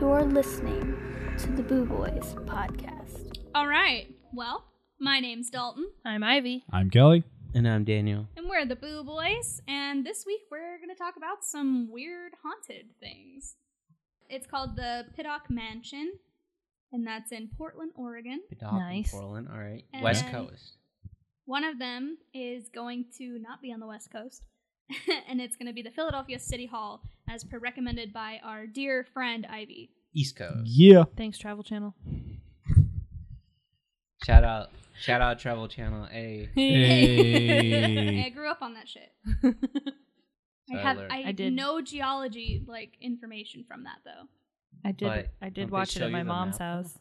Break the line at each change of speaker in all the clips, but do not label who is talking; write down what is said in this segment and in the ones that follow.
You're listening to the Boo Boys podcast.
All right. Well, my name's Dalton,
I'm Ivy.
I'm Kelly.
And I'm Daniel.
and we're the Boo Boys, and this week we're going to talk about some weird haunted things. It's called the Piddock Mansion, and that's in Portland, Oregon.
Doc in
Nice.
Portland. All right.
And
West
then-
Coast.
One of them is going to not be on the West Coast, and it's going to be the Philadelphia City Hall, as per recommended by our dear friend Ivy.
East
Uh,
Coast.
Yeah.
Thanks, Travel Channel.
Shout out. Shout out Travel Channel A.
I grew up on that shit. I have
Tyler.
I,
I did.
no geology like information from that though.
I did.
But
I
don't
did
they
watch it
show
at
you
my
the
mom's
map?
house.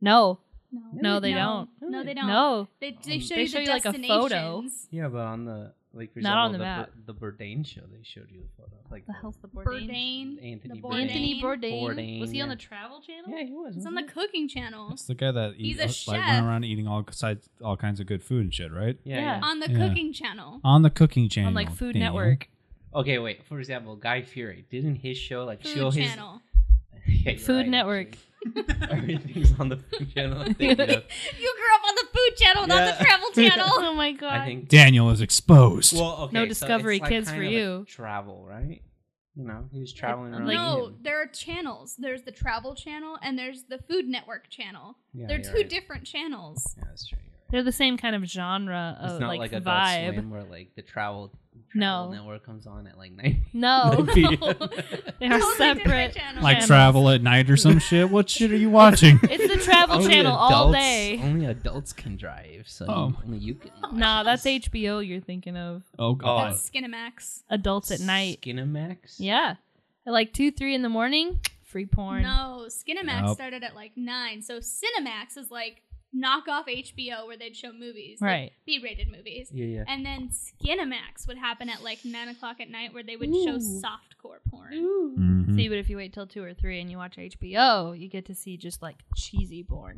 No,
No,
No, they
No,
don't.
they don't.
no.
They, they
Um,
show
they
you
show
the
you, like, a photo.
destinations.
Yeah, but on the like for
Not on
example,
the map.
Bur- the Bourdain show, they showed you the photo. Like
The hell's the Bourdain?
Bourdain.
Anthony
the
Bourdain.
Anthony Bourdain.
Bourdain,
Was he on
yeah.
the Travel Channel?
Yeah, he was.
It's on
wasn't
the
he?
cooking channel.
It's the guy that
He's
eat,
a
like
chef.
went around eating all sides, all kinds of good food and shit, right?
Yeah,
Yeah.
yeah. Uh,
On the
Yeah.
cooking channel.
On the cooking channel,
On like Food
Daniel.
Network.
Okay, wait. For example, Guy Fury didn't his show like show
Food
his
channel.
Yeah, you're
Food
right,
Network.
actually. Everything's on the Food Channel. I think, yeah.
You grew up on the food channel, not the
Yeah.
travel channel.
Oh my god.
I think
Daniel is exposed.
Well, okay,
No
so it's
Discovery
like
Kids
kind
for
of like
you.
travel, right? You know, he was traveling around.
Like-
no,
England.
there are channels. There's the travel channel and there's the food network channel.
Yeah,
They're
you're
two
right.
different channels.
Yeah, that's true. You're right.
They're the same kind of genre of
It's not
uh, like,
like, Adult
vibe.
Swim where like the travel,
No.
travel network comes on at like nine.
No,
p.m.
they are
Totally different
separate.
channels.
like
channels.
travel at night or some shit. What shit are you watching?
It's the Travel
Only
Channel all
adults- Oh
day.
Only adults can drive, so
Oh.
only you can. watch
Nah, that's
this.
HBO you're thinking of.
oh god.
That's Skinamax.
Adults at night.
Skinamax.
Yeah, at like two, three in the morning, free porn.
No, Skinamax
Nope.
started at like nine. So Cinemax is like knockoff HBO where they'd show movies, like
Right.
B-rated movies.
Yeah, yeah.
And then Skinamax would happen at like nine o'clock at night, where they would show softcore porn.
Mhm.
See, but if you wait till two or three and you watch HBO, you get to see just like cheesy porn.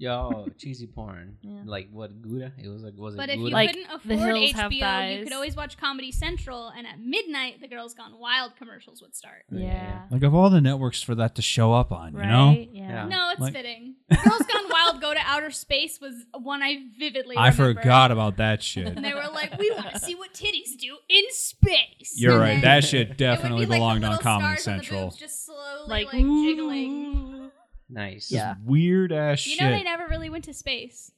Yo, cheesy porn.
Yeah.
Like what Gouda? It was like was
But
it
if you
Gouda?
Like,
couldn't
The
afford
Hills
HBO,
Have
you could
Thighs.
always watch Comedy Central, and at midnight, the Girls Gone Wild commercials would start.
Yeah, yeah.
Like of all the networks for that to show up on, you know,
Right? Yeah.
Yeah.
No, it's
Like-
fitting. Girls Gone Wild Go to Outer Space was one I vividly
I
remember.
forgot about that shit.
And they were like, we want to see what titties do in space.
You're
And
right.
then
That shit
it would be
definitely
like the
belonged on
little
Comedy
stars the boobs
Central.
just slowly, like,
Like,
jiggling.
nice.
Yeah.
Weird ass
You
shit.
know, they never really went to space.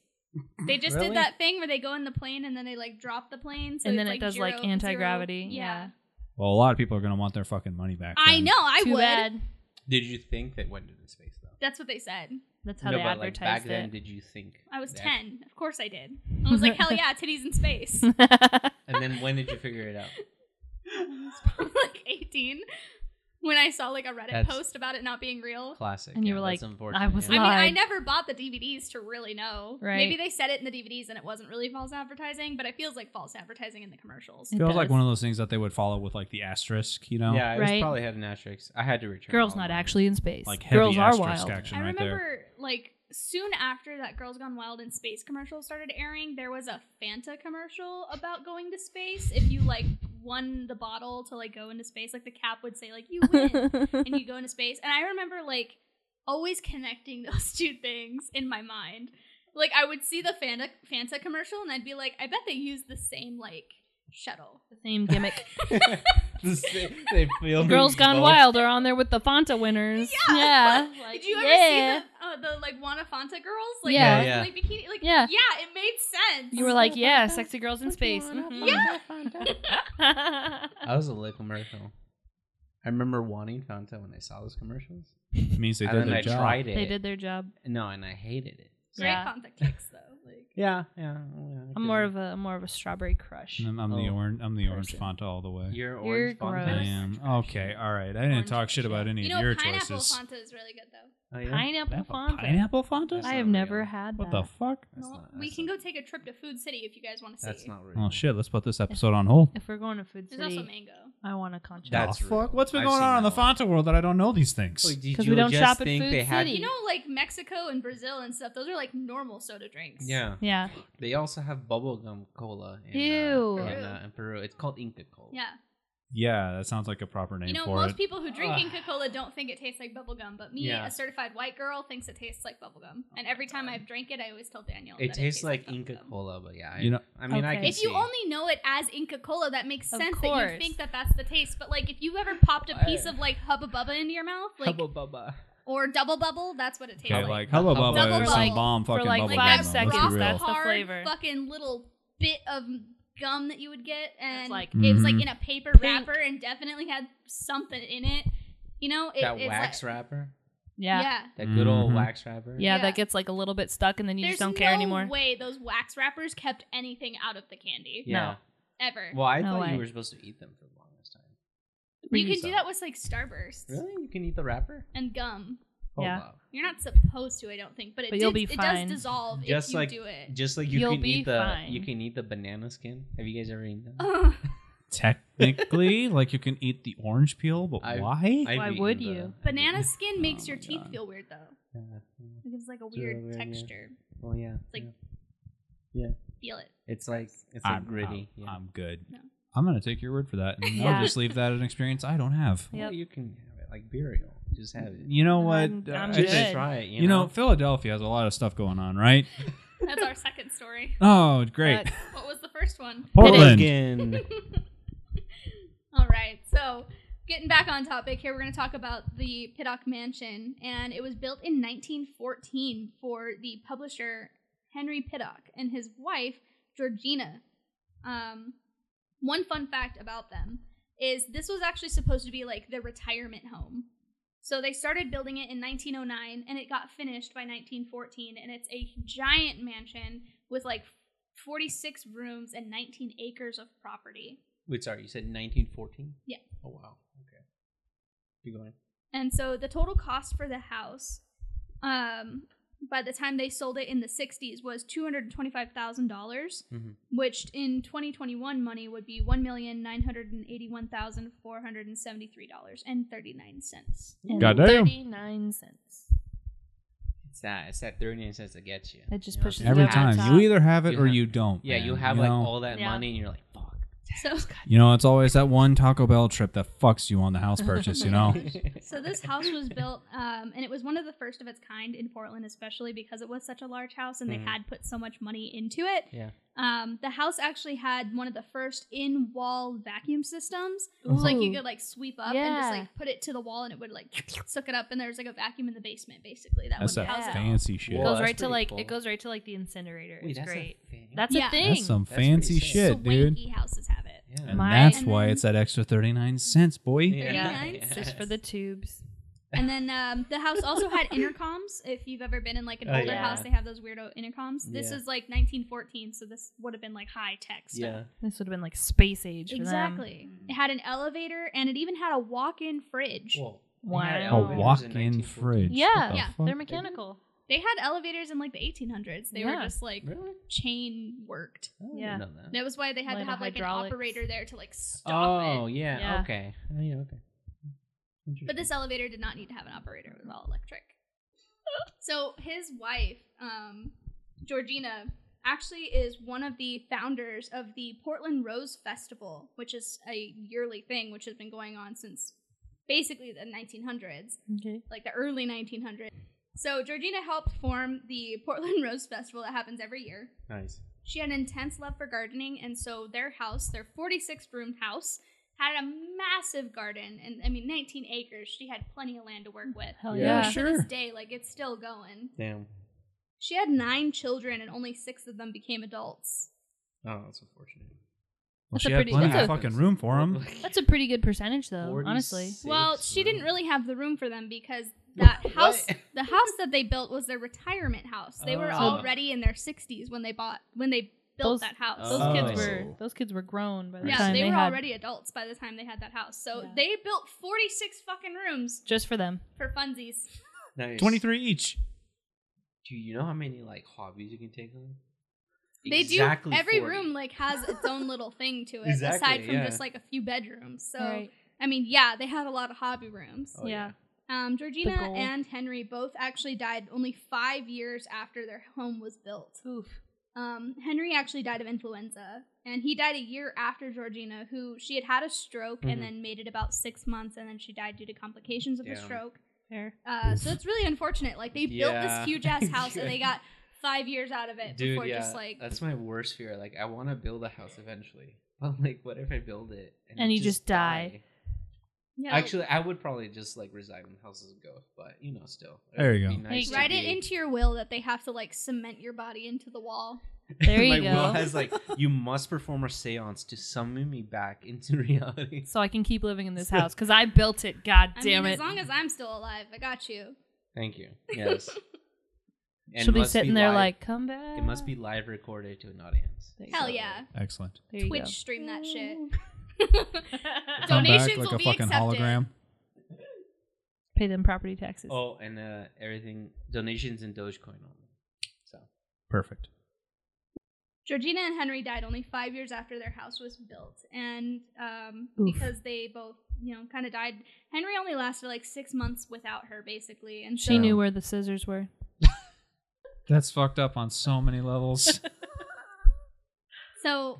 They just
Really?
did that thing where they go in the plane and then they like drop the plane, so
And
it's,
then it
like,
does, like,
zero-
anti-gravity.
zero- Yeah.
Yeah.
well, a lot of people are gonna want their fucking money back.
I
then.
know. I
Too
would.
bad.
Did you think that went into space though?
That's what they said.
That's how
no,
they
but like back
advertised
then,
it.
did you think?
I was
that-
ten. Of course I did. I was like, hell yeah, titties in space.
And then when did you figure it out?
like eighteen, when I saw like a Reddit
That's-
post about it not being real.
Classic.
And you
yeah,
were
that's
like,
unfortunate,
I was
I
yeah.
mean, I
Lied.
never bought the DVDs to really know.
Right.
Maybe they said it in the DVDs and it wasn't really false advertising, but it feels like false advertising in the commercials.
It
Feels like
does.
one of those things that they would follow with like the asterisk, you know?
yeah, it was
Right.
probably had an asterisk. I had to return.
Girls
all
not
mine.
actually in space.
Like heavy
Girls are
asterisk
wild.
action
I
right
remember,
there.
like, soon after that Girls Gone Wild in Space commercial started airing, there was a Fanta commercial about going to space. If you, like, won the bottle to, like, go into space, like, the cap would say, like, you win and you go into space. And I remember, like, always connecting those two things in my mind. Like, I would see the Fanta, Fanta commercial and I'd be like, I bet they use the same, like, shuttle.
the same gimmick.
The sa- they filmed
Girls Gone
both.
Wild are on there with the Fanta winners. Yeah.
Did you ever see the, uh, the like Wanna Fanta girls? Like,
Yeah.
with,
Yeah, yeah.
like bikini. Like, yeah.
Yeah.
it made sense.
You were like, yeah, sexy girls in space. Mhm.
I was a little commercial. I remember wanting Fanta when I saw those commercials,
It means they
and
did
then
their
I
job.
tried it.
they did their job.
No, and I hated it.
Great
Yeah.
Fanta kicks though. Like,
Yeah, yeah.
I'm more of a I'm more of a strawberry crush.
I'm, I'm the
Oh,
orange. I'm the orange
person.
font all the way.
You're
You're
orange Fanta.
gross.
I am. Okay. All right. I didn't
Orange
talk shit
Fanta.
about any
you
of
know,
your
pineapple
choices.
Fanta is really good though.
Oh, yeah?
Pineapple
Apple
Fanta.
Pineapple Fanta?
That's
I have
not
never
real.
had
What
that.
the fuck?
That's
Well,
not-
we
that's
can
not-
go take a trip to Food City if you guys want to see.
That's not real.
Oh shit! Let's put this episode on hold.
If we're going to Food
There's
City,
also mango.
I want a concha.
That's
Aw, fuck.
real.
What's been
I've
going
seen
on in the
that one.
Fanta world that I don't know these things?
Like, did
'Cause
you
we don't
just
shop at
think
Food
they had-
City.
You know, like Mexico and Brazil and stuff. Those are like normal soda drinks.
Yeah,
Yeah.
they also have bubblegum cola. In, uh,
Ew.
in, uh, in Peru, it's called Inca Cola.
Yeah.
Yeah, that sounds like a proper name
You know,
for
most
it.
people who drink
Ugh.
Inca Cola don't think it tastes like bubblegum, but me,
Yeah. Oh
a certified white girl, thinks it tastes like bubblegum. and every time I've drank it, I always tell Daniel.
It
that
tastes like
bubblegum.
Inca Cola, but yeah. I,
You know-
I mean, I
Okay.
can
If you
see.
only know it as Inca Cola, that makes
Of
sense that you
course.
think that that's the taste. But like, if you ever popped a piece of like Hubba Bubba into your mouth, like
Hubba Bubba.
or Double Bubble, that's what it tastes
okay,
like.
like
Double
Hubba Bubba
Bubble.
is
For
some
like-
bomb
for
fucking
like
bubble
like
gum,
five
that
though,
seconds,
Let's
rock
be real.
that's the
hard
flavor.
fucking little bit of gum that you would get, and
like-
it was like
Mm-hmm.
Mhm.
in a paper
Pink.
wrapper and definitely had something in it. You know, it,
that
it's
wax
like,
wrapper.
Yeah. yeah.
Yeah,
That good old
Mhm.
wax wrapper.
Yeah.
that gets like a little bit stuck and then you
There's
just don't care
no
anymore.
way those wax wrappers kept anything out of the candy
Yeah.
ever.
Well, I
No
thought
way.
you were supposed to eat them for the longest time.
you can
so.
do that with like Starbursts
Really? You can eat the wrapper? Oh,
and gum.
Hold
Yeah.
up.
You're not supposed to, I don't think, but it,
But you'll
did-
be
it
fine.
does dissolve
Just
if you
like-
do it.
Just like you
You'll
can
be
eat the
fine. Oh,
you can eat the banana skin. Have you guys ever eaten that?
Ugh.
Technically, like you can eat the orange peel, but
I-
why?
I've
Why
eaten
would
the-
you?
I've
Banana
eaten-
skin makes
Oh
your
my
teeth
God.
feel weird though.
Yeah.
It gives like a
Sure,
weird
yeah.
texture.
Well, yeah.
like-
yeah.
Feel it.
It's like it's like
I'm
gritty. yeah.
I'm good.
No.
I'm gonna take your word for that, and
Yeah.
I'll just leave that an experience I don't have.
Well,
Yep.
you can have it like burial. Just have it.
You know what?
I'm-
Uh,
I'm
I
good.
Just
think-
try it. You,
You know, Philadelphia has a lot of stuff going on, right?
That's our second story.
Oh, great.
But-
What was the first one?
Portland.
Oregon.
All right. So, getting back on topic here, we're going to talk about the Piddock Mansion. And it was built in 1914 for the publisher Henry Piddock and his wife, Georgina. Um, one fun fact about them is this was actually supposed to be like their retirement home. So they started building it in 1909 and it got finished by 1914 and it's a giant mansion with like 46 rooms and 19 acres of property.
Wait, sorry. You said 1914.
Yeah.
Oh wow. Okay. Keep going.
And so the total cost for the house, um, by the time they sold it in the 60s, was $225,000, dollars
Mhm.
which in 2021 money would be $1,981,473.39.
Goddamn.
39 cents.
It's that. It's that 39 cents that gets you.
It just
You know,
pushes
it's
it
Every
Yeah.
that-
time
Top.
you either have it
You
or
have-
you don't.
Yeah,
man.
you have
you
like
know?
all that
Yeah.
money, and you're like, fuck.
So,
You know, it's always that one Taco Bell trip that fucks you on the house purchase. You know.
so this house was built, um, and it was one of the first of its kind in Portland, especially because it was such a large house and
Mhm.
they had put so much money into it.
Yeah.
Um, the house actually had one of the first in-wall vacuum systems. So like
Oh.
you
Ooh.
could like sweep up and
Yeah.
just like put it to the wall and it would like suck it up and there was like a vacuum in the basement basically. That
That's
would
that
house
Yeah.
it.
fancy shit.
It
Whoa,
goes
that's
right to
pretty
like
cool.
it goes right to like the incinerator.
Wait,
it's
that's a
great.
thing?
that's
Yeah.
a thing.
That's some
That's pretty
fancy
sick.
shit, dude.
Swanky e houses have it.
Yeah.
And
My-
that's
And
why
then-
it's that extra 39 cents, boy.
Yeah.
Yeah.
Just for the tubes.
And then um, the house also had intercoms. If you've ever been in like an
Oh,
older
yeah.
house, they have those weirdo intercoms. This
Yeah.
is like 1914, so this would have been like high tech stuff.
Yeah.
This would have been like space age. For them. Hmm.
Exactly. It had an elevator and it even had a walk-in fridge.
Well,
Wow.
they had
A
A
elevators in
walk-in
1914.
fridge. What
Yeah,
the
Yeah.
fuck?
they're mechanical.
They had elevators in like the 1800s. They were
Yeah.
just like
Really?
chain worked.
I didn't
Yeah.
know that.
That was why they had
Like
to
the
have like an
hydraulics.
operator there to like stop
Oh
it.
yeah,
Yeah.
Okay. Oh, yeah. Okay.
But this
Interesting.
elevator did not need to have an operator; it was all electric. so his wife, um, Georgina, actually is one of the founders of the Portland Rose Festival, which is a yearly thing which has been going on since basically the 1900s.
Okay.
like the early 1900s. So Georgina helped form the Portland Rose Festival that happens every year.
nice.
She had an intense love for gardening, and so their house, their 46 room house, had a massive garden, and I mean 19 acres. She had plenty of land to work with.
Hell
Yeah.
yeah.
To
sure.
this day, like it's still going.
Damn.
She had nine children, and only six of them became adults.
Oh, that's unfortunate.
Well,
That's
she
a
had
pretty-
plenty
that's
of
a-
fucking room for them.
That's a pretty good percentage though, honestly.
Well, she didn't really have the room for them because that
What?
house, the house that they built was their retirement house. They were
Oh.
already in their 60s when they bought when they built
Those-
that house.
Those
Oh.
kids were those kids were grown by the
yeah,
time
they,
they,
were
had
already adults by the time they had that house. So
Yeah.
they built 46 fucking rooms
just for them.
for funsies.
Nice.
23 each.
Do you know how many like hobbies you can take on?
They
Exactly
do every
40.
room like has its own little thing to it aside
Exactly,
from
yeah.
just like a few bedrooms. So
Right.
I mean, yeah, they had a lot of hobby rooms.
Oh,
yeah.
Um, Georgina
goal.
and Henry both actually died only five years after their home was built.
Oof.
Um, Henry actually died of influenza, and he died a year after Georgina, who she had had a stroke
Mhm.
and then made it about six months, and then she died due to complications of the
Damn.
stroke.
Fair.
Uh, so it's really unfortunate. Like they built
Yeah.
this huge ass house, and
Yeah.
they got five years out of it
Dude,
before
yeah,
just like
that's my worst fear. Like, I want to build a house eventually, but like, what if I build it
And
I
you just die.
yeah, like,
Actually, I would probably just like resign when the house is a ghost, but you know, still. it
There you
would
go.
be
There you
to
go.
write it
be-
into your will that they have to like cement your body into the wall.
There you
my will
go.
has like you must perform a séance to summon me back into reality.
So I can keep living in this house because I built it. God
I
damn
mean,
it.
as long as I'm still alive, I got you.
Thank you. Yes. And
She'll be
must
sitting there
live-
like, come back.
it must be live recorded to an audience.
There you
Hell
So-
yeah,
Excellent.
There you
Twitch
go.
stream that shit.
Come back
Donations
like
will
a
be
fucking
accepted.
hologram.
Pay them property taxes.
Oh, and uh, everything donations in Dogecoin only. So
Perfect.
Georgina and Henry died only five years after their house was built, and um,
Oof.
because they both, you know, kind of died. Henry only lasted like six months without her, basically, and
She
so
knew where the scissors were.
That's fucked up on so many levels.
So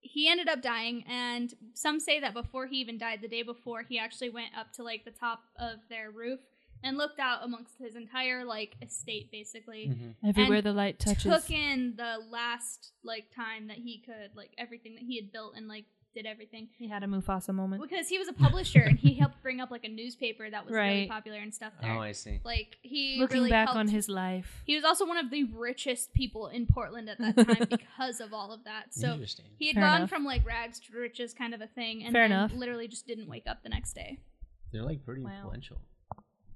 he ended up dying, and some say that before he even died, the day before, he actually went up to like the top of their roof and looked out amongst his entire like estate, basically.
Mm-hmm.
Everywhere the light touches.
Took in the last like time that he could, like everything that he had built, and like did everything
He had a Mufasa moment.
because he was a publisher and he helped bring up like a newspaper that was really
Right.
popular and stuff there.
oh, I see.
Like he
Looking
really
back
helped-
on his life.
He was also one of the richest people in Portland at that time because of all of that. So
Interesting.
he had
Fair
gone
enough.
from like rags to riches kind of a thing and
Fair
then
enough.
literally just didn't wake up the next day.
They're like pretty
Wow.
influential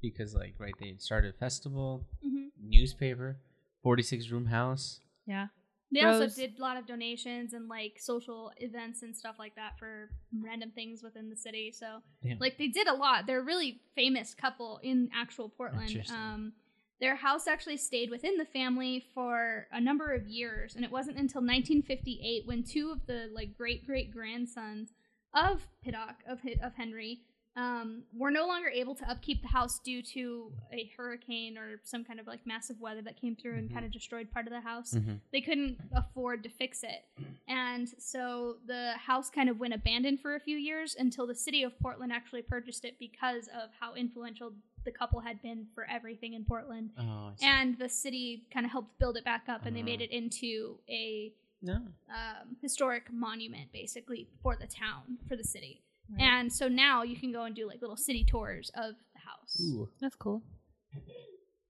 because like right they started a festival,
Mm-hmm.
newspaper, forty six room house.
Yeah.
They
Rose-
also did a lot of donations and like social events and stuff like that for random things within the city. So
Damn.
like they did a lot. They're a really famous couple in actual Portland.
Interesting.
Um, their house actually stayed within the family for a number of years, and it wasn't until 1958 when two of the like great great grandsons of Piddock of Hi- of Henry um, were no longer able to upkeep the house due to a hurricane or some kind of like massive weather that came through and
Mhm.
kind of destroyed part of the house
Mhm.
they couldn't afford to fix it. And so the house kind of went abandoned for a few years until the city of Portland actually purchased it because of how influential the couple had been for everything in Portland.
Oh, I see.
And the city kind of helped build it back up and they
Uh-huh.
made it into a
no.
um, historic monument basically for the town, for the city.
Right.
And so now you can go and do like little city tours of the house.
Ooh,
That's cool.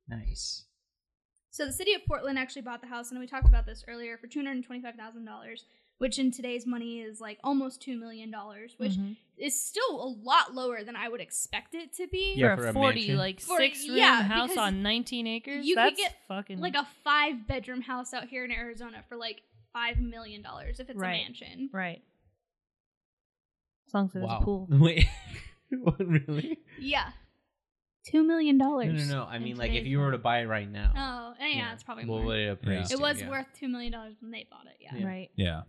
nice.
So the city of Portland actually bought the house, and we talked about this earlier for two hundred and twenty-five thousand dollars, which in today's money is like almost two million dollars,
Mm-hmm.
which
Mhm.
is still a lot lower than I would expect it to be.
Yeah,
for,
for
a
a
40,
mansion.
like
For-
six room
yeah,
house
because
on 19 acres.
you could
That's
get,
fucking.
Like a five-bedroom house out here in Arizona for like five million dollars if it's
Right.
a mansion.
right. As long as there's
wow. Mm,
a pool.
Wait, what really?
Yeah, two million
No,
dollars.
no, no. I
In
mean, like, if
today's
you were to
money.
buy it right now,
Oh, yeah, it's probably more.
What would it have
Yeah.
raised
it
to?
was
Yeah.
worth two million dollars when they bought it. Yeah,
Yeah.
Right.
Yeah.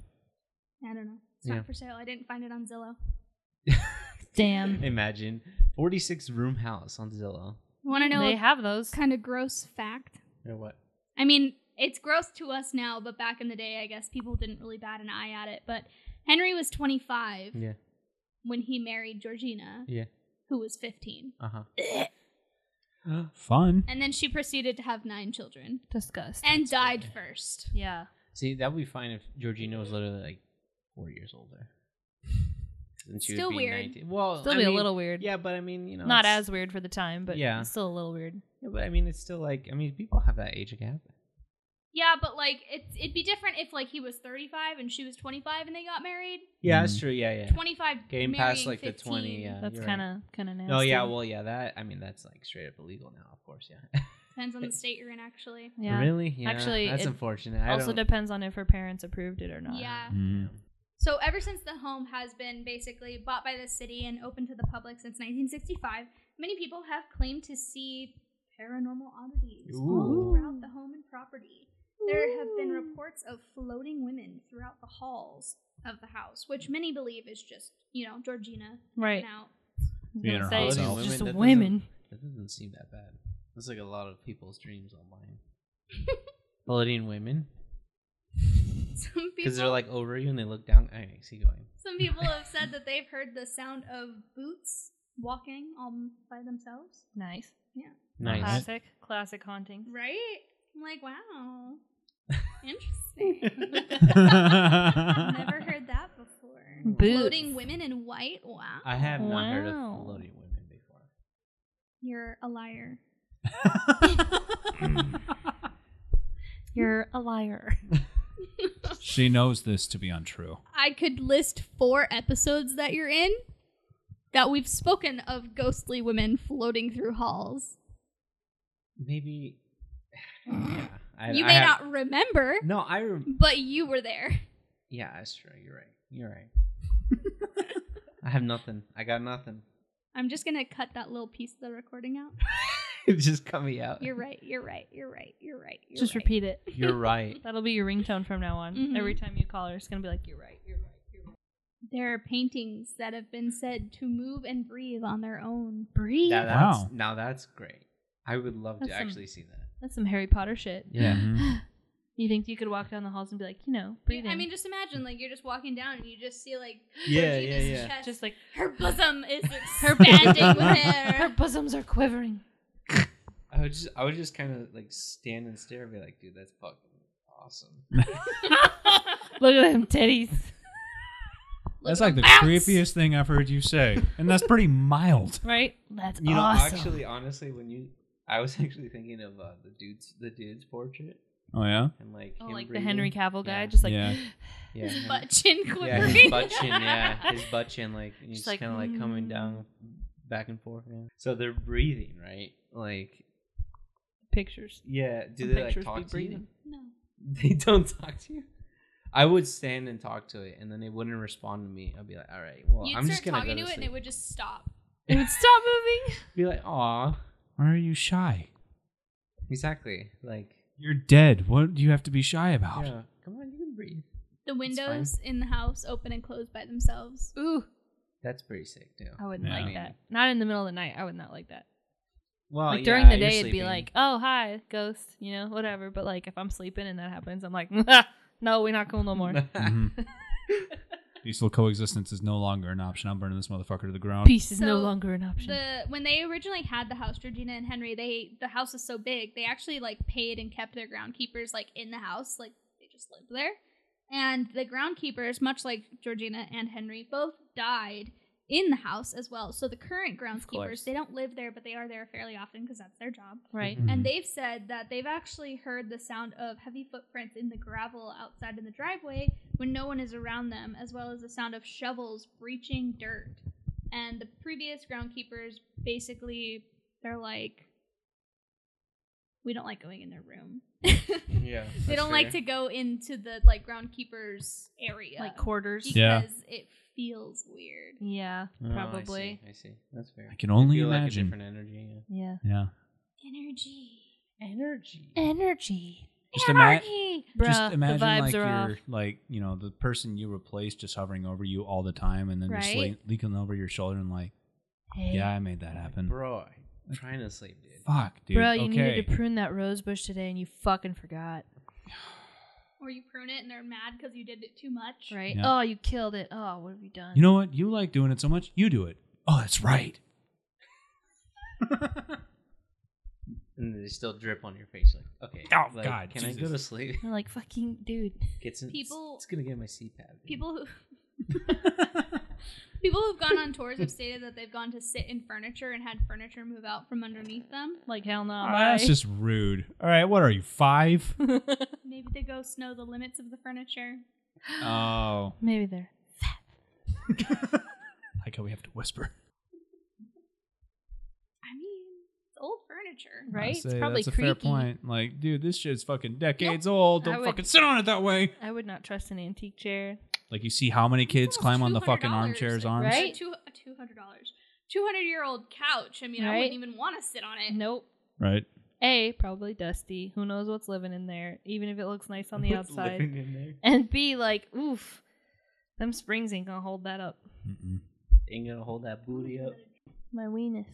I don't know. It's
Yeah.
not for sale. I didn't find it on Zillow.
Damn.
Imagine forty-six room house on Zillow.
Want to know
they
a
have those.
kind of gross fact?
Or what?
I mean, it's gross to us now, but back in the day, I guess people didn't really bat an eye at it. But Henry was 25
Yeah.
when he married Georgina,
Yeah.
who was 15.
Uh huh.
Fun.
And then she proceeded to have nine children
Disgust.
and died first.
yeah.
See, that would be fine if Georgina was literally like four years older. And she
Still
was being
weird.
19. Well,
Still
I
be a
mean,
little weird.
Yeah, but I mean, you know,
Not
it's-
as weird for the time, but
Yeah.
it's still a little weird.
Yeah, but I mean, it's still like I mean, people have that age gap.
Yeah, but like, it, it'd be different if like he was 35 and she was 25 and they got married.
Yeah,
Mhm.
that's true. Yeah, yeah.
25
Getting
marrying
past like
15.
the twenty. Yeah,
That's
you're
kind
right.
of kind of nasty.
No, Oh, yeah, well, yeah, that I mean, that's like straight up illegal now, of course. Yeah.
Depends on the state you're in, actually.
yeah.
Really? Yeah.
Actually,
that's
it
unfortunate. I
also
don't,
depends on if her parents approved it or not.
Yeah.
Mm.
So ever since the home has been basically bought by the city and open to the public since 1965, many people have claimed to see paranormal oddities all
Ooh.
throughout the home and property. There have been reports of floating women throughout the halls of the house, which many believe is just, you know, Georgina
Right.
now.
I was
Being
gonna
her
say,
hot
it's
self.
just
Women, that
women.
That doesn't seem that bad. That's like a lot of people's dreams online. Bloody and women.
Some
because
people,
they're like over you and they look down. All right, see going.
some people have said that they've heard the sound of boots walking all by themselves.
Nice.
Nice.
Classic. Classic haunting.
Right? I'm like, wow, interesting. Never heard that before.
Boots.
Floating women in white. Wow,
I have not heard
Wow.
of floating women before.
you're a liar.
You're a liar.
she knows this to be untrue.
I could list four episodes that you're in that we've spoken of ghostly women floating through halls.
Maybe. yeah. I,
you
I
may
have-
not remember,
No, I. Rem-
but you were there.
yeah, that's true. You're right. You're right. I have nothing. I got nothing.
I'm just gonna cut that little piece of the recording out.
Just cut me out.
You're right. You're right. You're right. You're right. You're
Just
right.
repeat it. Mm-hmm.
You're right.
That'll be your ringtone from now on.
Mhm.
Every time you call her, it's gonna be like, "You're right. You're right. You're right."
There are paintings that have been said to move and breathe on their own.
Breathe.
Now that's,
Wow.
Now that's great. I would love
That's
to
some-
actually see that.
That's some Harry Potter shit.
Yeah.
Mhm.
You think you could walk down the halls and be like, you know, breathing?
I mean, just imagine like you're just walking down and you just see like
Yeah,
Regina's
yeah, yeah.
chest.
just like
her bosom is expanding with
her
air.
bosoms are quivering.
I would just, I would just kind of like stand and stare and be like, dude, that's fucking awesome.
Look at them titties.
That's like the creepiest thing I've heard you say, and that's pretty mild.
Right? That's
You know,
awesome.
actually, honestly, when you, I was actually thinking of uh, the dude's, the dude's portrait
Oh yeah,
and like,
oh,
him
like the
breathing.
Henry Cavill guy,
Yeah.
just like
Yeah.
yeah, him-
butt chin quivering.
yeah, his butt chin, yeah, his butt chin, like and he's
Just like,
kind of like coming
mm.
down, back and forth. Yeah. So they're breathing, right? Like,
pictures.
yeah, do
Some
they like
pictures be
talk to you?
breathing.
No.
They don't talk to you. I would stand and talk to it, and then it wouldn't respond to me. I'd be like, "All right, well,
You'd
I'm
start
just gonna
talking to,
go to,
it and
sleep."
it would just stop.
It would stop moving.
be like, "Aw,
Why are you shy?
exactly." Like,
You're dead. What do you have to be shy about?
yeah, come on, you can breathe.
The
fine.
windows in the house open and close by themselves.
Ooh,
That's pretty sick too.
I wouldn't
Yeah. Oh,
like that. Not in the middle of the night. I would not like that.
Well,
like
yeah,
during the
you're
day, it'd be
sleeping.
like, oh hi, ghost, you know, whatever. But like if I'm sleeping and that happens, I'm like, no, we're not cool no more.
Mhm. Peaceful coexistence is no longer an option. I'm burning this motherfucker to the ground.
Peace is no
So,
longer an option.
The when they originally had the house, Georgina and Henry, they the house is so big they actually like paid and kept their groundkeepers like in the house, like they just lived there. And the groundkeepers, much like Georgina and Henry, both died in the house as well. So the current
course.
groundskeepers, they don't live there, but they are there fairly often because that's their job.
right?
Mhm.
And they've said that they've actually heard the sound of heavy footprints in the gravel outside in the driveway when no one is around them, as well as the sound of shovels breaching dirt. And the previous groundkeepers basically, they're like, we don't like going in their room.
yeah,
they
that's
don't like to
fair.
go into the like groundkeepers area
Like quarters.
because
Yeah.
it feels weird.
Yeah,
Oh, I see,
probably.
I see. That's fair.
I can only
feel like a
imagine.
different energy. yeah.
Yeah.
yeah.
Energy.
Energy.
Energy.
Just, ima-
Bruh,
just imagine
the vibes
like
are
you're
off.
like you know the person you replace just hovering over you all the time, and then just
Right?
le- leaking over your shoulder and like,
Hey.
yeah, I made that happen.
Bro, I'm trying to sleep, dude.
Fuck, dude.
Bro, you
okay.
needed to prune that rose bush today and you fucking forgot.
Or you prune it and they're mad because you did it too much.
Right?
Yeah.
Oh, you killed it. Oh, what have you done?
You know what? You like doing it so much, you do it. Oh, that's right.
And they still drip on your face. Like, okay.
Oh,
like,
God,
Can I
Jesus.
go to sleep?
I'm like, fucking dude.
Get some,
People-
It's, gonna get my CPAP. dude.
People who people who've gone on tours have stated that they've gone to sit in furniture and had furniture move out from underneath them.
Like, hell no.
Oh, that's just rude. All right, what are you five?
Maybe the ghosts know the limits of the furniture.
oh,
Maybe there.
like how we have to whisper.
I mean, it's old furniture.
I
Right?
say,
it's probably
that's a
creaky.
fair point. Like, dude, this shit's fucking decades old.
I
Don't
would-
fucking sit on it that way.
I would not trust an antique chair.
Like, you see how many kids
Almost
climb on the
$200
fucking armchairs'
like,
arms.
Right?
Two two hundred dollars, two hundred year old couch. I mean, I
Right?
wouldn't even want to sit on it.
Nope.
Right.
A, probably dusty. Who knows what's living in there, even if it looks nice on the
What's
outside.
living in there?
And B, like, oof. Them springs ain't gonna hold that up.
Mm-mm.
Ain't gonna hold that booty up.
My weenus.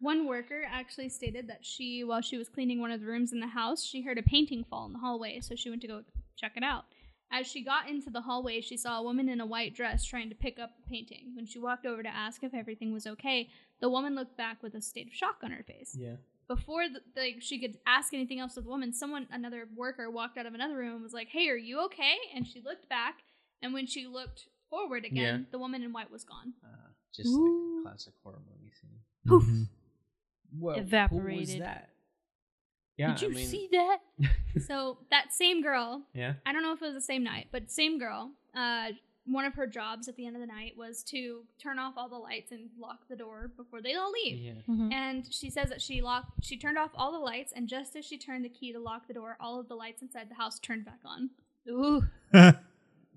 One worker actually stated that she, while she was cleaning one of the rooms in the house, she heard a painting fall in the hallway, so she went to go check it out. As she got into the hallway, she saw a woman in a white dress trying to pick up a painting. When she walked over to ask if everything was okay, the woman looked back with a state of shock on her face.
Yeah.
Before the, like she could ask anything else to the woman, someone another worker walked out of another room and was like, "Hey, are you okay?" And she looked back, and when she looked forward again, the woman in white was gone.
Uh, just
Ooh.
like classic horror movie scene.
Poof.
What? Who was
Evaporated.
that? Yeah.
Did you
I mean,
see that?
so that same girl
Yeah.
I don't know if it was the same night, but same girl. Uh, one of her jobs at the end of the night was to turn off all the lights and lock the door before they all leave.
Yeah.
Mm-hmm.
And she says that she locked, she turned off all the lights, and just as she turned the key to lock the door, all of the lights inside the house turned back on.
Ooh.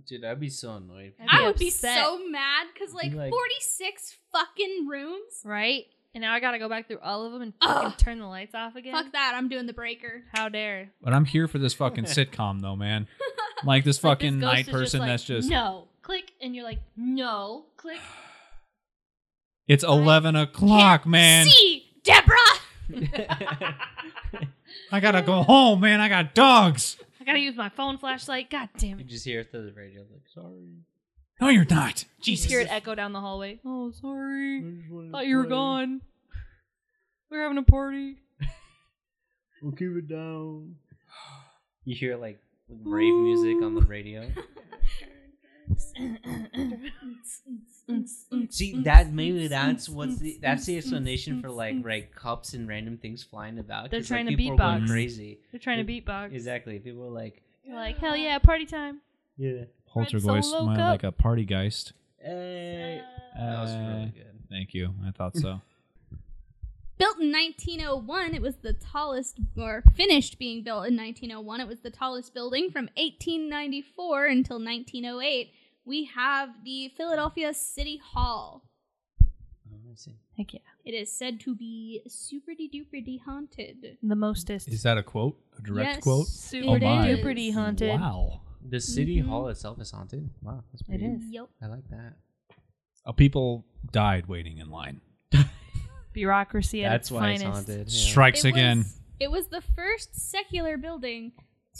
Dude, I'd be so annoyed.
I'd
I would be
upset.
so mad because like,
Like-
46 fucking rooms.
Right? And now I gotta go back through all of them and
Ugh.
fucking turn the lights off again.
Fuck that! I'm doing the breaker.
How dare.
But I'm here for this fucking sitcom though, man. Like this
Like, this
fucking
ghost
night
is just
person
like,
that's just
No. Click. And you're like, no. Click.
it's eleven o'clock, man.
See, Deborah.
I gotta go home, man. I got dogs.
I gotta use my phone flashlight. God damn
you
it.
just hear it through the radio, like, sorry.
No, you're not.
Just
Jesus.
hear it echo down the hallway. Oh,
I
sorry.
just wanted to
Thought you were
play.
gone. We were having a party.
We'll keep it down. You hear like rave music on the radio.
Mm,
See that maybe that's what's the that's the explanation for like right cups and random things flying about.
mm. They're
'cause,
trying to
like, people are
beatbox.
going crazy.
They're trying to beatbox.
Exactly. People are like
They're like, hell yeah, party time.
yeah.
Poltergeist,
Red Solo
my
Cup.
like a party geist. Uh,
Hey. "Eh, that was really good.
Thank you. I thought so.
Built in 1901, it was the tallest, or finished being built in 1901. It was the tallest building from 1894 until 1908. We have the Philadelphia City Hall.
Oh, I see.
Heck yeah.
It is said to be super duper haunted.
The mostest.
Is that a quote? A direct
Yes.
quote?
Super
Oh my.
duper haunted.
Wow.
The city
Mhm.
hall itself is haunted. Wow, that's pretty.
Mm-hmm. is.
Yep.
I like that.
Uh, people died waiting in line.
Bureaucracy at
that's
its
why
finest.
it's haunted. yeah.
Strikes
It
again.
Was, it was the first secular building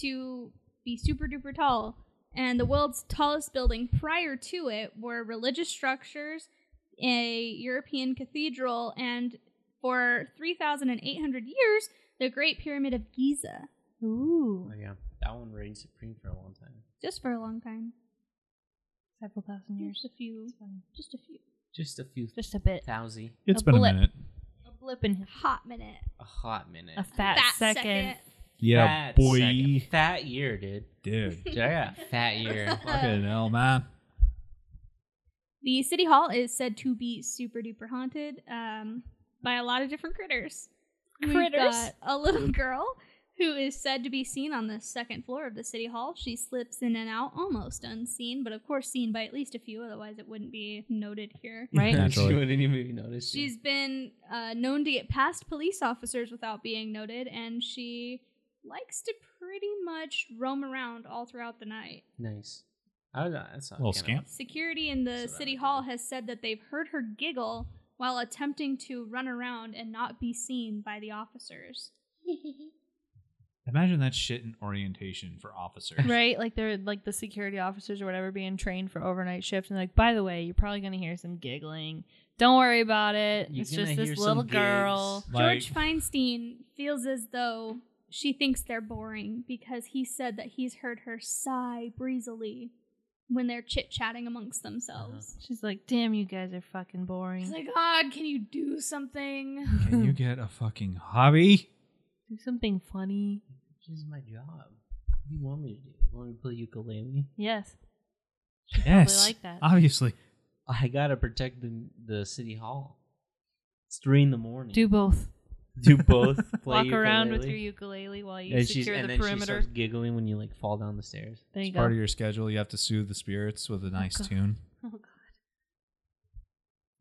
to be super duper tall, and the world's tallest building prior to it were religious structures, a European cathedral, and for 3,800 years, the Great Pyramid of Giza,
Ooh.
Oh, yeah, that one reigned supreme for a long time.
just for a long time.
Several thousand years.
Just a few. Just a few.
Just a few
Just a bit.
thousand,
It's
a
been
blip.
a minute.
A blip and
Hot minute.
a hot minute.
a fat,
Fat
second.
Yeah,
fat
boy.
second. fat year, dude.
Dude.
Dude, I got a fat year.
Fucking hell, man.
The city hall is said to be super duper haunted um, by a lot of different critters. We've
Critters?
got a little girl who is said to be seen on the second floor of the city hall. She slips in and out almost unseen, but of course seen by at least a few, otherwise it wouldn't be noted
Hmm.
here.
Right?
Naturally.
she wouldn't even notice.
She's been uh, known to get past police officers without being noted, and she likes to pretty much roam around all throughout the night.
nice. I don't know. That's not
Little
kinda-
scamp.
Security in the
So that
city
would
hall
be-
has said that they've heard her giggle while attempting to run around and not be seen by the officers.
Imagine that shit in orientation for officers.
Right? Like they're like the security officers or whatever being trained for overnight shifts and they're like, by the way, you're probably gonna hear some giggling. Don't worry about it.
You're
it's
gonna
just
hear
this
some
little
gigs."
girl.
Like,
George Feinstein feels as though she thinks they're boring because he said that he's heard her sigh breezily when they're chit chatting amongst themselves.
She's like, damn, you guys are fucking boring.
He's like, God, can you do something?
can you get a fucking hobby?
Do something funny.
This is my job. What do you want me to do? You want me to play ukulele?
Yes.
Yes.
like that.
Obviously.
I gotta protect the the city hall. It's three in the morning.
Do both.
do both. Play
Walk around with your
ukulele?
ukulele while you
And, she's,
secure
and
the
then she
perimeter.
starts giggling when you like fall down the stairs.
There you
It's
go.
part of your schedule. You have to soothe the spirits with a nice
God.
tune.
Oh, God.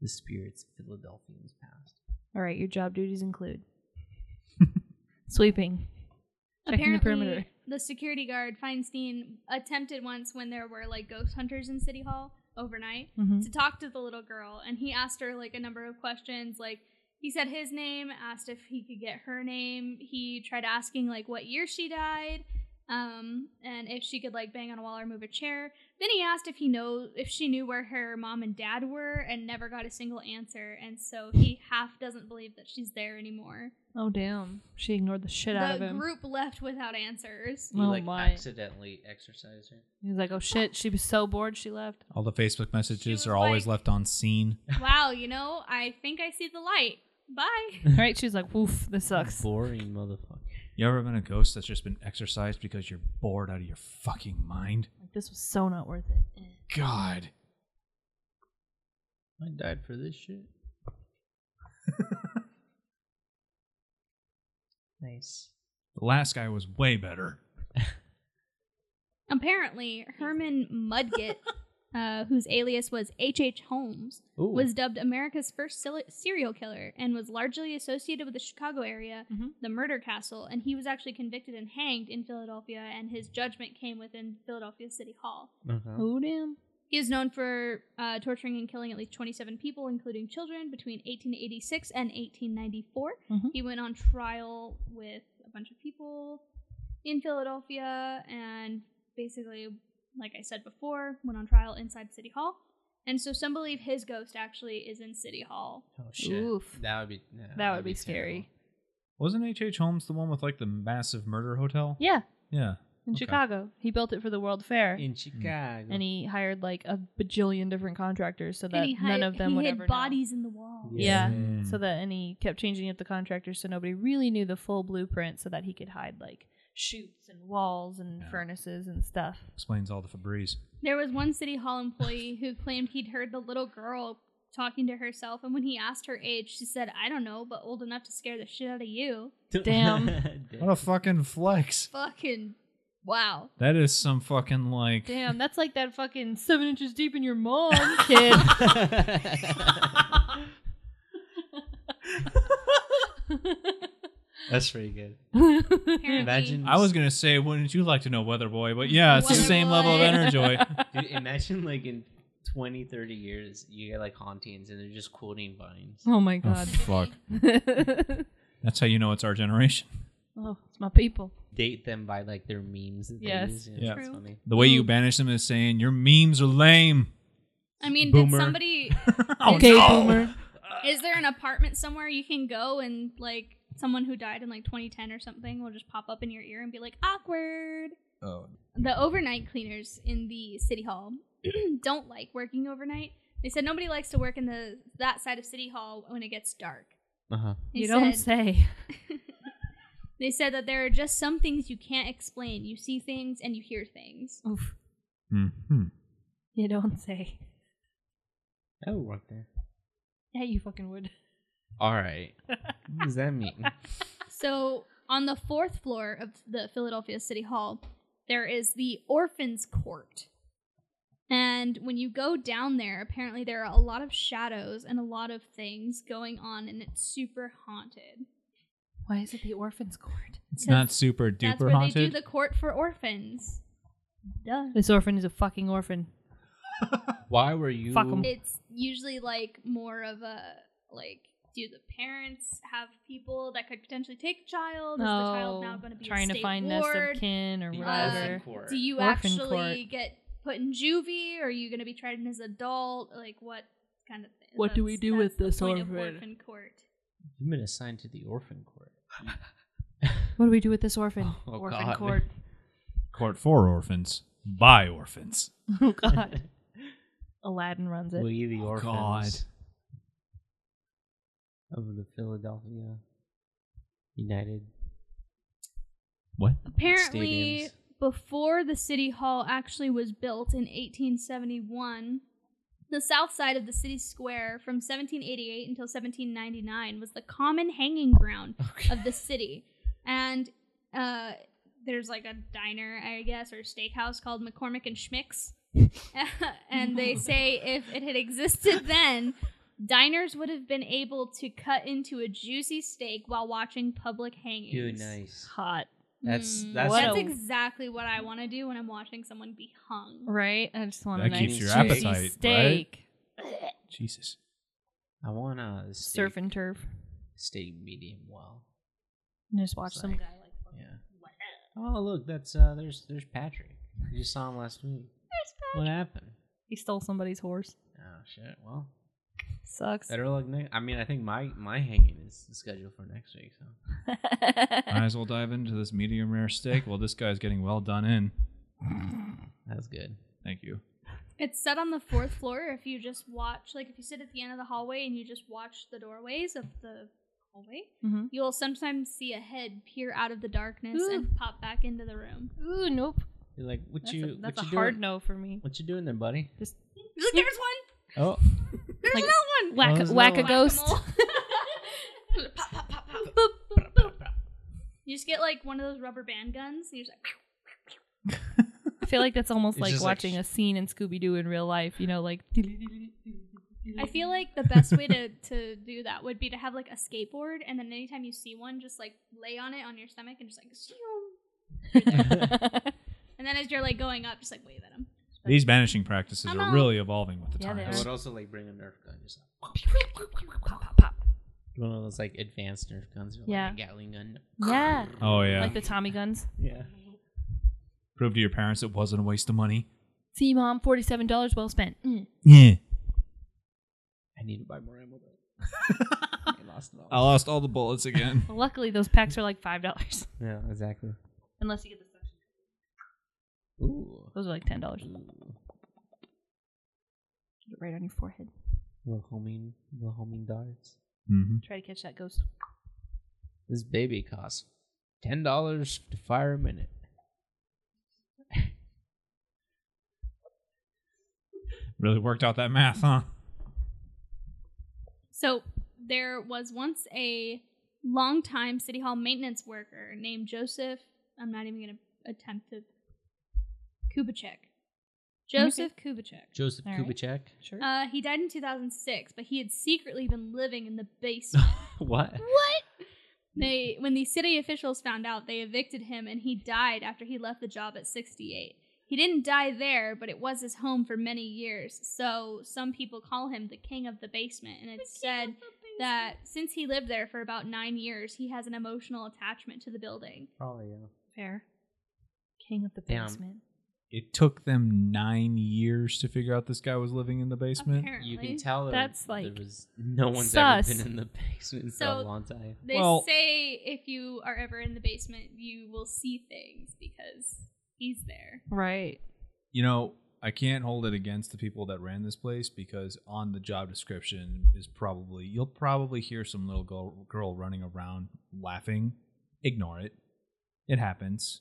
The spirits of Philadelphians passed.
All right, your job duties include sweeping, checking the
Apparently,
perimeter.
the security guard Feinstein attempted once when there were like ghost hunters in City Hall overnight
Mhm.
to talk to the little girl, and he asked her like a number of questions. Like he said his name, asked if he could get her name. He tried asking like what year she died, um, and if she could like bang on a wall or move a chair. Then he asked if he know if she knew where her mom and dad were, and never got a single answer. And so he half doesn't believe that she's there anymore.
Oh damn, she ignored the shit out of
the
him.
group left without answers.
You
Oh
like
my.
accidentally exercise her.
He's like, oh shit, she was so bored she left.
All the Facebook messages
was
are always
like-
left on scene.
wow, you know, I think I see the light. Bye.
Right? She was like, woof, this sucks.
Boring motherfucker.
You ever been a ghost that's just been exercised because you're bored out of your fucking mind?
Like, this was so not worth it. Eh.
God.
I died for this shit. nice.
The last guy was way better.
Apparently, Herman Mudgett, uh, whose alias was H.H. H. Holmes,
Ooh.
was dubbed America's first sil- serial killer and was largely associated with the Chicago area,
Mhm.
the murder castle, and he was actually convicted and hanged in Philadelphia, and his judgment came within Philadelphia City Hall.
Uh-huh.
Oh damn.
He is known for uh, torturing and killing at least 27 people, including children, between 1886 and 1894.
Mhm.
He went on trial with a bunch of people in Philadelphia and basically, like I said before, went on trial inside City Hall. And so some believe his ghost actually is in City Hall.
Oh shit.
Oof.
That would be. no,
That
that'd
would be scary.
terrible.
Wasn't H.H. H. Holmes the one with like the massive murder hotel?
Yeah,
Yeah.
in
Okay.
Chicago, he built it for the World Fair,
In Chicago.
and he hired like a bajillion different contractors so
And
that
he hid-
none of them
he
would
hid
ever know.
bodies in the wall.
Yeah.
Mm.
So that, and he kept changing up the contractors so nobody really knew the full blueprint, so that he could hide like chutes and walls and
Yeah.
furnaces and stuff.
explains all the Febreze.
There was one City Hall employee who claimed he'd heard the little girl talking to herself, and when he asked her age, she said, I don't know, but old enough to scare the shit out of you.
Damn.
What a fucking flex.
Fucking wow.
That is some fucking like.
Damn, that's like that fucking seven inches deep in your mom, kid.
That's pretty good.
Apparently,
Imagine.
I was gonna say, wouldn't you like to know, Weather Boy? But yeah, it's the
Weather
same level of
Boy.
energy.
Dude, imagine like in 20, 30 years, you get like hauntings and they're just quoting vines.
oh my
oh
god.
fuck,
oh,
that's how you know it's our generation.
it's my people.
Date them by like their memes and
Yes.
things. You know, it's
True.
funny.
The way you
Ooh.
banish them is saying your memes are lame.
I mean,
Boomer.
did somebody.
oh
Gay
no!
boomer.
Is there an apartment somewhere you can go and, like, someone who died in, like, 2010 or something will just pop up in your ear and be like, awkward?
Oh.
the overnight cleaners in the city hall don't like working overnight. They said nobody likes to work in the that side of city hall when it gets dark.
Uh-huh.
They
you don't
said-
say.
They said that there are just some things you can't explain. You see things and you hear things.
Oof.
hmm
You don't say.
That would work there.
Yeah, you fucking would.
All right. What does that mean?
So on the fourth floor of the Philadelphia City Hall, there is the Orphans Court. And when you go down there, apparently there are a lot of shadows and a lot of things going on, and it's super haunted.
Why is it the orphans court?
It's not super
That's
duper
where they do
haunted.
the court for orphans. Duh.
This orphan is a fucking orphan.
Why were you?
Fuck 'em.
It's usually like more of a like, do the parents have people that could potentially take a child? Is the child now going to be a
Oh, trying to
state
find
ward?
nest of kin or
The
whatever.
orphan court.
Do you
Orphan
actually
court.
get put in juvie? Or are you going to be tried as an adult? Like what kind of thing?
What do we do with
that's
this
the point of
orphan?
orphan court?
You've been assigned to the orphan court.
what do we do with this orphan?
Oh,
orphan
God.
court.
Court for orphans by orphans.
Oh god. Aladdin runs it.
we the
Oh,
orphans of the Philadelphia United.
What?
Apparently,
Stadiums.
before the city hall actually was built in 1871, the south side of the city square from 1788 until 1799 was the common hanging ground
Okay.
of the city. And uh, there's like a diner, I guess, or steakhouse called McCormick and Schmick's. and they say if it had existed then, diners would have been able to cut into a juicy steak while watching public hangings.
Dude, nice.
Hot.
That's
Mm.
that's
Hmm, What
That's
a-
exactly what I want to do when I'm watching someone be hung.
Right? I just want a
That
nice
keeps
your
juicy
appetite,
right?
steak.
Jesus.
I want a steak,
Surf and turf.
steak medium well.
And just watch some
Sorry.
guy like
Yeah. Oh look, that's uh, there's there's Patrick. You just saw him last week. What happened?
He stole somebody's horse.
Oh shit. Well,
Sucks.
better luck next. I mean, I think my my hanging is scheduled for next week. So
Might as well dive into this medium rare steak while this guy's getting well done in.
that's good.
Thank you.
It's set on the fourth floor. If you just watch, like if you sit at the end of the hallway and you just watch the doorways of the hallway,
Mhm.
you'll sometimes see a head peer out of the darkness
Ooh.
and pop back into the room.
Ooh, nope.
You're like, what
That's
you
a, that's a
what you
hard
doing?
no for me.
What you doing there, buddy?
Just
Look, there's one.
Oh,
There's
Like,
another one.
whack,
there's
whack a
Oh, no one.
ghost.
Whack-a-mole. pop, pop, pop, pop. Boop, boop, boop. You just get like one of those rubber band guns. And you're just like,
I feel like that's almost
It's
like
just like
watching
sh-
a scene in Scooby Doo in real life. You know, like
I feel like the best way to, to do that would be to have like a skateboard, and then anytime you see one, just like lay on it on your stomach and just like, and then as you're like going up, just like wave at them.
These banishing practices
I'm
are
out.
really evolving with the
Yeah, they
I
times.
would also like bring a Nerf gun, just one of those like advanced Nerf guns, like
Yeah.
a Gatling gun.
yeah,
Oh yeah.
like the Tommy guns.
Yeah.
Prove to your parents it wasn't a waste of money.
See, mom, forty-seven dollars well spent. Mm.
Yeah.
I need to buy more ammo. though. I lost it all.
I lost all the bullets again.
Well, luckily, those packs are like five dollars,
Yeah, exactly.
unless you get the section.
Ooh.
Those are like ten dollars.
Ooh.
Right on your forehead.
Little homing, little homing darts.
mm-hmm.
Try to catch that ghost.
This baby costs ten dollars to fire a minute.
Really worked out that math, huh?
So there was once a longtime city hall maintenance worker named Joseph. I'm not even going to attempt to. Kubicek. Joseph Kubicek.
Joseph
All right.
Kubicek.
Sure.
Uh, he died in 2006, but he had secretly been living in the basement.
What?
what? They, when the city officials found out, they evicted him, and he died after he left the job at 68. He didn't die there, but it was his home for many years. So some people call him the king of the basement, and it's said that since he lived there for about nine years, he has an emotional attachment to the building.
Probably yeah.
Fair. King of the
Damn.
basement.
It took them nine years to figure out this guy was living in the basement.
Apparently,
You can tell there,
That's,
there
like,
was no one's
sus.
ever been in the basement for
So-
a long time.
They
Well-
say if you are ever in the basement, you will see things because he's there.
Right.
You know, I can't hold it against the people that ran this place because on the job description is probably you'll probably hear some little girl, girl running around laughing. Ignore it. It happens.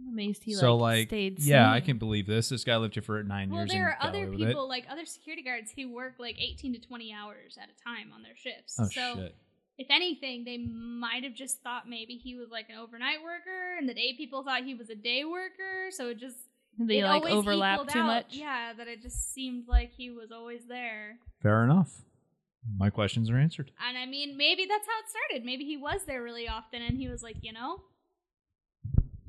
I'm amazed he like,
so like,
stayed.
yeah, I
sane.
can believe this. This guy lived here for nine
Well,
years.
there
and
are
got
other
away with it.
people, like other security guards, who work like 18 to 20 hours at a time on their shifts.
Oh
so,
shit!
if anything, they might have just thought maybe he was like an overnight worker, and the day people thought he was a day worker. So it just
They
it
like
always
overlap
equaled
too
out.
much.
Yeah, that it just seemed like he was always there.
Fair enough. My questions are answered.
And I mean, maybe that's how it started. Maybe he was there really often, and he was like, you know,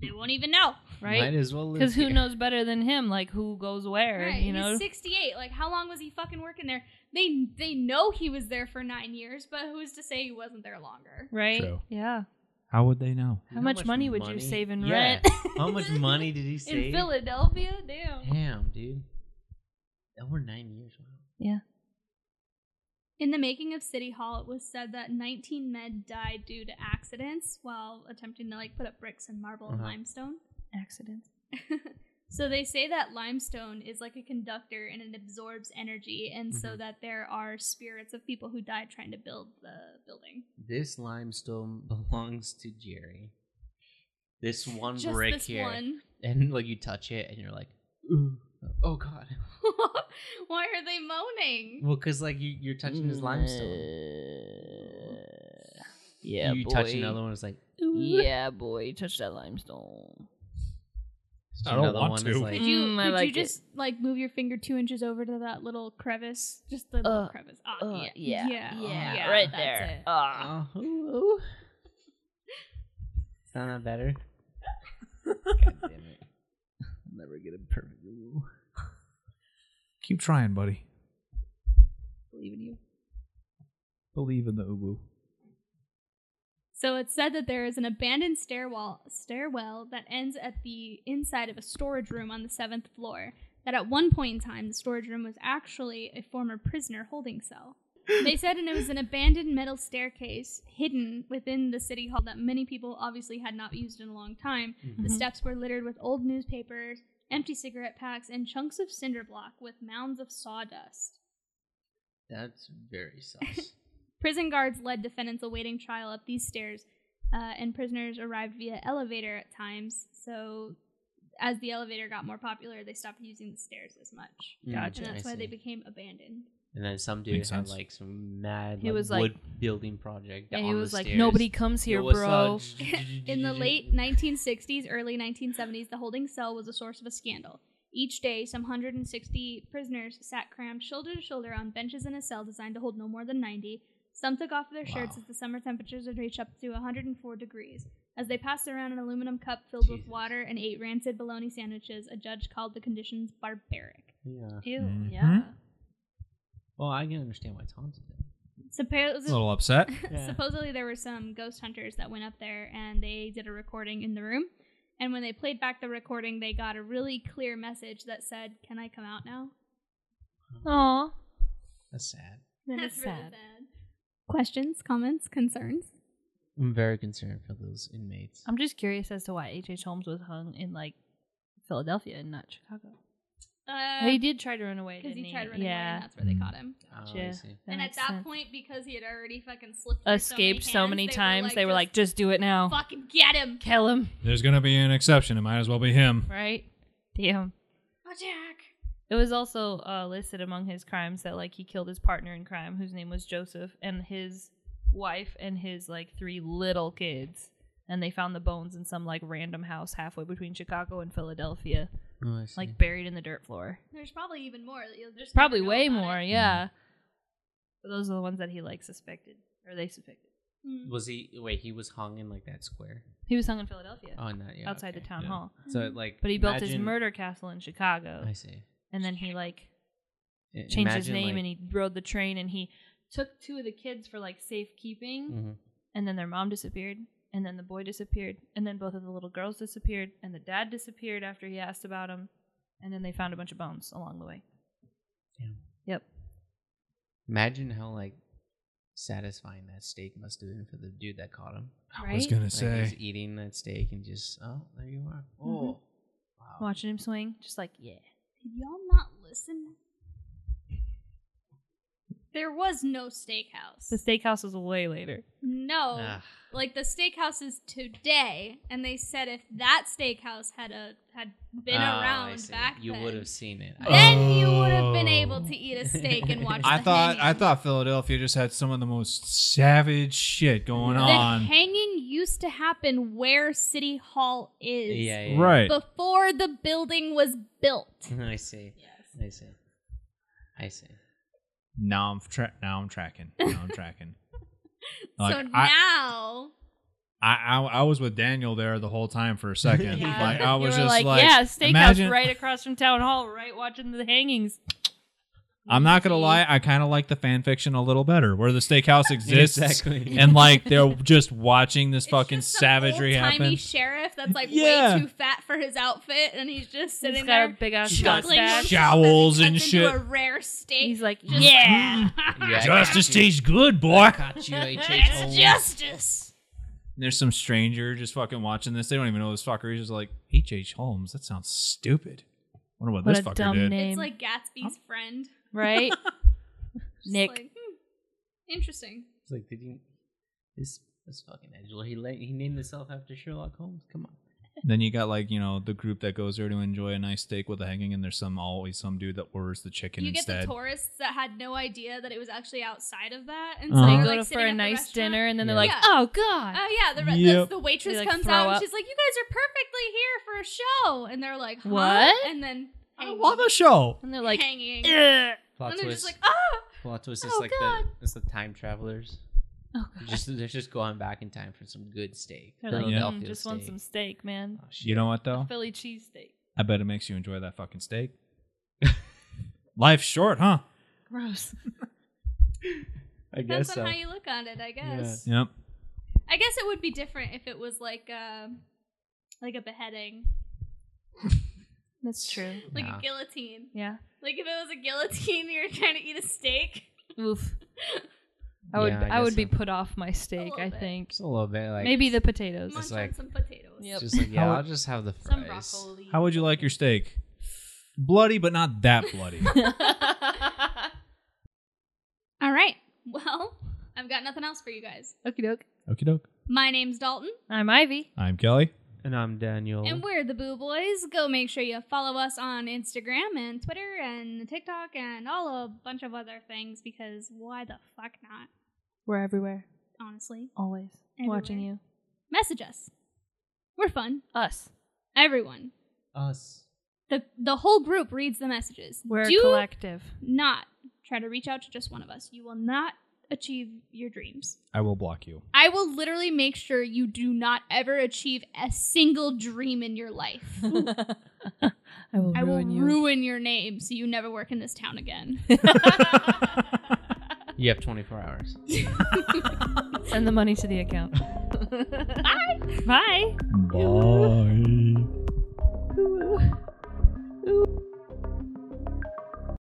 they won't even know.
Might
Right.
as well live
Because who
here.
knows better than him? Like who goes where?
Right,
You know.
he's 68. Like, how long was he fucking working there? They they know he was there for nine years, but who's to say he wasn't there longer?
Right.
True.
Yeah.
How would they know?
How much money would you save in rent?
How much money did he
In
save?
Philadelphia, damn.
Damn, dude. Over nine years. Wow.
In the making of City Hall, it was said that 19 men died due to accidents while attempting to like put up bricks and marble and
Uh-huh.
limestone.
Accidents.
so they say that limestone is like a conductor and it absorbs energy, and so
Mhm.
that there are spirits of people who died trying to build the building.
This limestone belongs to Jerry. This one
Just
brick
this
here,
one.
and like you touch it, and you're like, Ooh. oh god.
Why are they moaning?
Well, because like you, you're touching this limestone.
Uh, Mm, yeah.
you
boy.
touch another one, it's like
Yeah, boy. Touch that limestone.
I don't
another
want
one
to.
is
Could
like,
you,
Mm, I
could
like
you
it.
just like move your finger two inches over to that little crevice? Just the
Uh,
little crevice. Ah,
Uh,
yeah.
yeah.
yeah,
right
that's
there.
it.
Ah.
oh, ooh, ooh. Sound that better? God damn it! I'll never get a perfect ooh.
Keep trying, buddy.
Believe in you.
Believe in the ubu.
So it's said that there is an abandoned stairwell stairwell that ends at the inside of a storage room on the seventh floor. That at one point in time, the storage room was actually a former prisoner holding cell. They said and it was an abandoned metal staircase hidden within the city hall that many people obviously had not used in a long time. The
Mm-hmm.
Mhm.
steps were littered with old newspapers, empty cigarette packs, and chunks of cinder block with mounds of sawdust.
That's very sus.
Prison guards led defendants awaiting trial up these stairs, uh, and prisoners arrived via elevator at times. So, as the elevator got more popular, they stopped using the stairs as much,
Mm,
Gotcha.
and that's
I
why they
see.
became abandoned.
And then some dude had
Makes sense.
like some mad
He
like,
was like-
wood building project.
And
on
he
the
was like,
stairs.
nobody comes
Yo,
here,
what's
bro.
up?
In the late 1960s, early 1970s, the holding cell was a source of a scandal. Each day, some 160 prisoners sat crammed shoulder to shoulder on benches in a cell designed to hold no more than 90. Some took off their shirts
Wow.
as the summer temperatures had reached up to 104 degrees. As they passed around an aluminum cup filled with
Jesus.
water and ate rancid bologna sandwiches, a judge called the conditions barbaric.
Yeah.
Ew,
Mhm.
yeah.
Well, I can understand why it's haunted. then.
Suppos-
A little upset.
Yeah.
Supposedly, there were some ghost hunters that went up there and they did a recording in the room. And when they played back the recording, they got a really clear message that said, Can I come out now?
Aw.
That's sad.
That's sad.
Questions, comments, concerns?
I'm very concerned for those inmates.
I'm just curious as to why H.H. Holmes was hung in like Philadelphia and not Chicago.
Uh,
he did try to run away,
Because
didn't
he
he?
tried running away,
yeah.
and that's where they
Mm.
caught him.
Oh, I
Yeah.
see.
and at
makes
that
sense.
point, because he had already fucking slipped, through
escaped so many,
hands,
times, they were like, "Oh." just do it now.
"Just "Fucking get him,
Kill him.
There's gonna be an exception. It might as well be him.
Right? Damn.
attack!"
It was also uh, listed among his crimes that like he killed his partner in crime, whose name was Joseph, and his wife and his like three little kids. And they found the bones in some like random house halfway between Chicago and Philadelphia,
Oh, I see.
like buried in the dirt floor.
There's probably even more. that You'll just
Probably
never know
way
about
more,
it.
Mm-hmm.
yeah. But those are the ones that he like suspected, or they suspected.
Mm.
was he? Wait, he was hung in like that square.
He was hung in Philadelphia,
Oh, in that yeah.
outside
okay.
the town
yeah.
hall.
So like,
But he built his
imagine-
murder castle in Chicago,
I see.
and then he like
I-
changed his
imagine,
name
like-
and he rode the train and he took two of the kids for like safekeeping
Mm.
Mhm.
and then their mom disappeared and then the boy disappeared and then both of the little girls disappeared and the dad disappeared after he asked about him and then they found a bunch of bones along the way
Damn.
yep
Imagine how like satisfying that steak must have been for the dude that caught him.
I was
Right?
gonna
Like, he's
say.
eating that steak and just oh, there you are. Oh,
Mm-hmm.
wow.
watching him swing just like yeah
Did y'all not listen? There was no steakhouse.
the steakhouse was way later
no.
Ah,
Like the steakhouse is today, and they said if that steakhouse had a had been
oh, I
around
see.
back
You
then,
would have seen it. I-
then you would have been
Oh.
able to eat a steak and watch.
I
the
thought I
hanging.
thought Philadelphia just had some of the most savage shit going
The
the
on.
hanging used to happen where City Hall is
yeah, yeah, yeah.
right.
before the building was built.
I see. I see. I see.
Now I'm tra- now I'm tracking. Now I'm tracking. Like,
so
I-
now
I, I I was with Daniel there the whole time for a second.
Yeah.
Like I
You
was
were
just
like,
like,
yeah steakhouse
imagine-
right across from town hall right watching the hangings
I'm not gonna lie, I kind of like the fan fiction a little better, where the steakhouse exists
Exactly.
and like they're just watching this
it's
fucking
just some
savagery
old-timey
happen.
sheriff that's like
Yeah.
way too fat for his outfit, and he's just sitting
he's got a
there
big ass
chuckling
mustache
mustache. Jowls
cuts
and
into
shit.
A rare steak.
he's like
Just-
yeah
Yeah, I
Justice
got you.
tastes good, boy.
Caught you, H.H.
It's
Holmes.
justice.
There's some stranger just fucking watching this. They don't even know this fucker. He's just like H. H. Holmes. That sounds stupid. Wonder what,
What
this
a
fucker
dumb
did.
name.
It's like Gatsby's friend.
right
Just
Nick.
like, hmm, interesting.
It's like, did you? This this fucking Edgelord. He la- he named himself after Sherlock Holmes. Come on.
Then you got like you know the group that goes there to enjoy a nice steak with a hanging, and there's some always some dude that orders the chicken
you get
instead.
the tourists that had no idea that it was actually outside of that, and
Uh-huh.
so
they
you're
go
like
to
sitting
for
at
a
the
nice
restaurant.
dinner and then they're
Yeah.
like
Yeah.
oh god
Oh yeah, the, re-
Yep.
the, the waitress
They, like,
comes
throw
out
up.
and she's like, "You guys are perfectly here for a show," and they're like, huh?
What?
And then
I
hanging.
love a show.
and they're like
hanging.
"Ugh."
Plot
and they're just
twist.
like, "Oh,
Plot twist is
Oh,
like the
God.
it's the time travelers.
Oh,
Just they're just going back in time for some good steak.
They're like,
Yeah.
"Mm, just want some steak, man.
Oh,
You know what though?
Philly cheesesteak.
I bet it makes you enjoy that fucking steak. Life's short, huh?
Gross.
I
depends on how you look on it, I guess."
Yep.
I guess it would be different if it was like a like a beheading,
That's true.
like
Nah.
a guillotine.
Yeah.
Like if it was a guillotine, you're trying to eat a steak.
Oof. I would
Yeah, I
I, would
guess
be
so.
put off my steak.
little
I
bit.
think
Just a little bit, like
maybe the potatoes.
Munch
like-
on some potatoes.
Yep.
just like yeah,
would-
I'll just have the
Some
fries.
broccoli.
How would you like your steak? Bloody, but not that bloody.
All right. Well, I've got nothing else for you guys.
Okie doke.
Okie doke.
My name's Dalton,
I'm Ivy.
I'm Kelly.
And I'm Daniel.
and we're the Boo Boys. Go make sure you follow us on Instagram and Twitter and TikTok and all a bunch of other things because why the fuck not?
We're everywhere.
Honestly,
Always. Watching you.
message us. We're fun.
Us.
Everyone.
Us.
The the whole group reads the messages.
We're a
Do
collective.
not try to reach out to just one of us. You will not achieve your dreams.
I will block you.
I will literally make sure you do not ever achieve a single dream in your life.
I will
I will
ruin you.
ruin your name so you never work in this town again.
You have 24 hours.
Send the money to the account.
Bye.
Bye.
Bye.